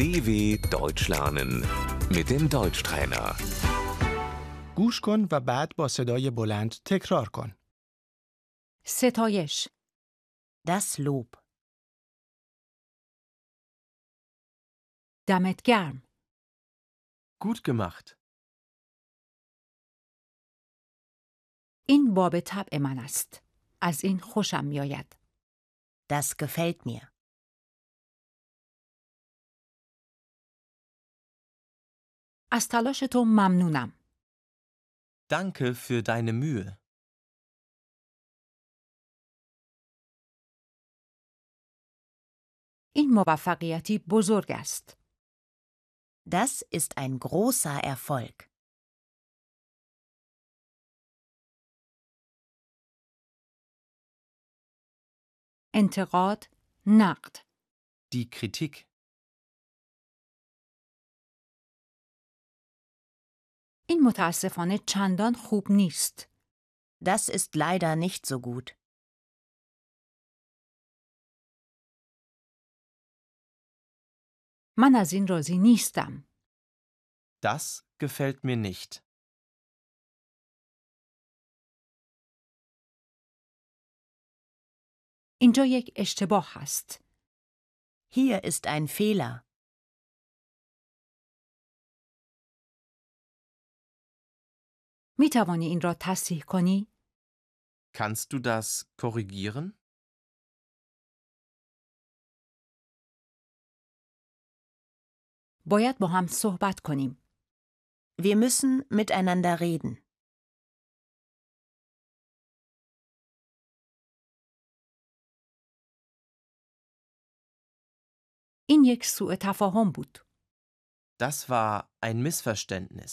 DW Deutsch lernen mit dem Deutschtrainer. گوش کن و بعد با صدای بلند تکرار کن. ستایش Das Lob. دمت گرم Gut gemacht. این باب طبع من است از این خوشم میآید Das gefällt mir. از تلاش تو ممنونم Danke für deine Mühe. این موفقیتی بزرگ است Das ist ein großer Erfolg. انتقاد نقد Die Kritik. این متاسفانه چندان خوب نیست Das ist leider nicht so gut. من از این راضی نیستم Das gefällt mir nicht. اینجا یک اشتباه است Hier ist ein Fehler. می توانی این را تصحیح کنی Kannst du das korrigieren? باید با هم صحبت کنیم Wir müssen miteinander reden. این یک سوء تفاهم بود Das war ein Missverständnis.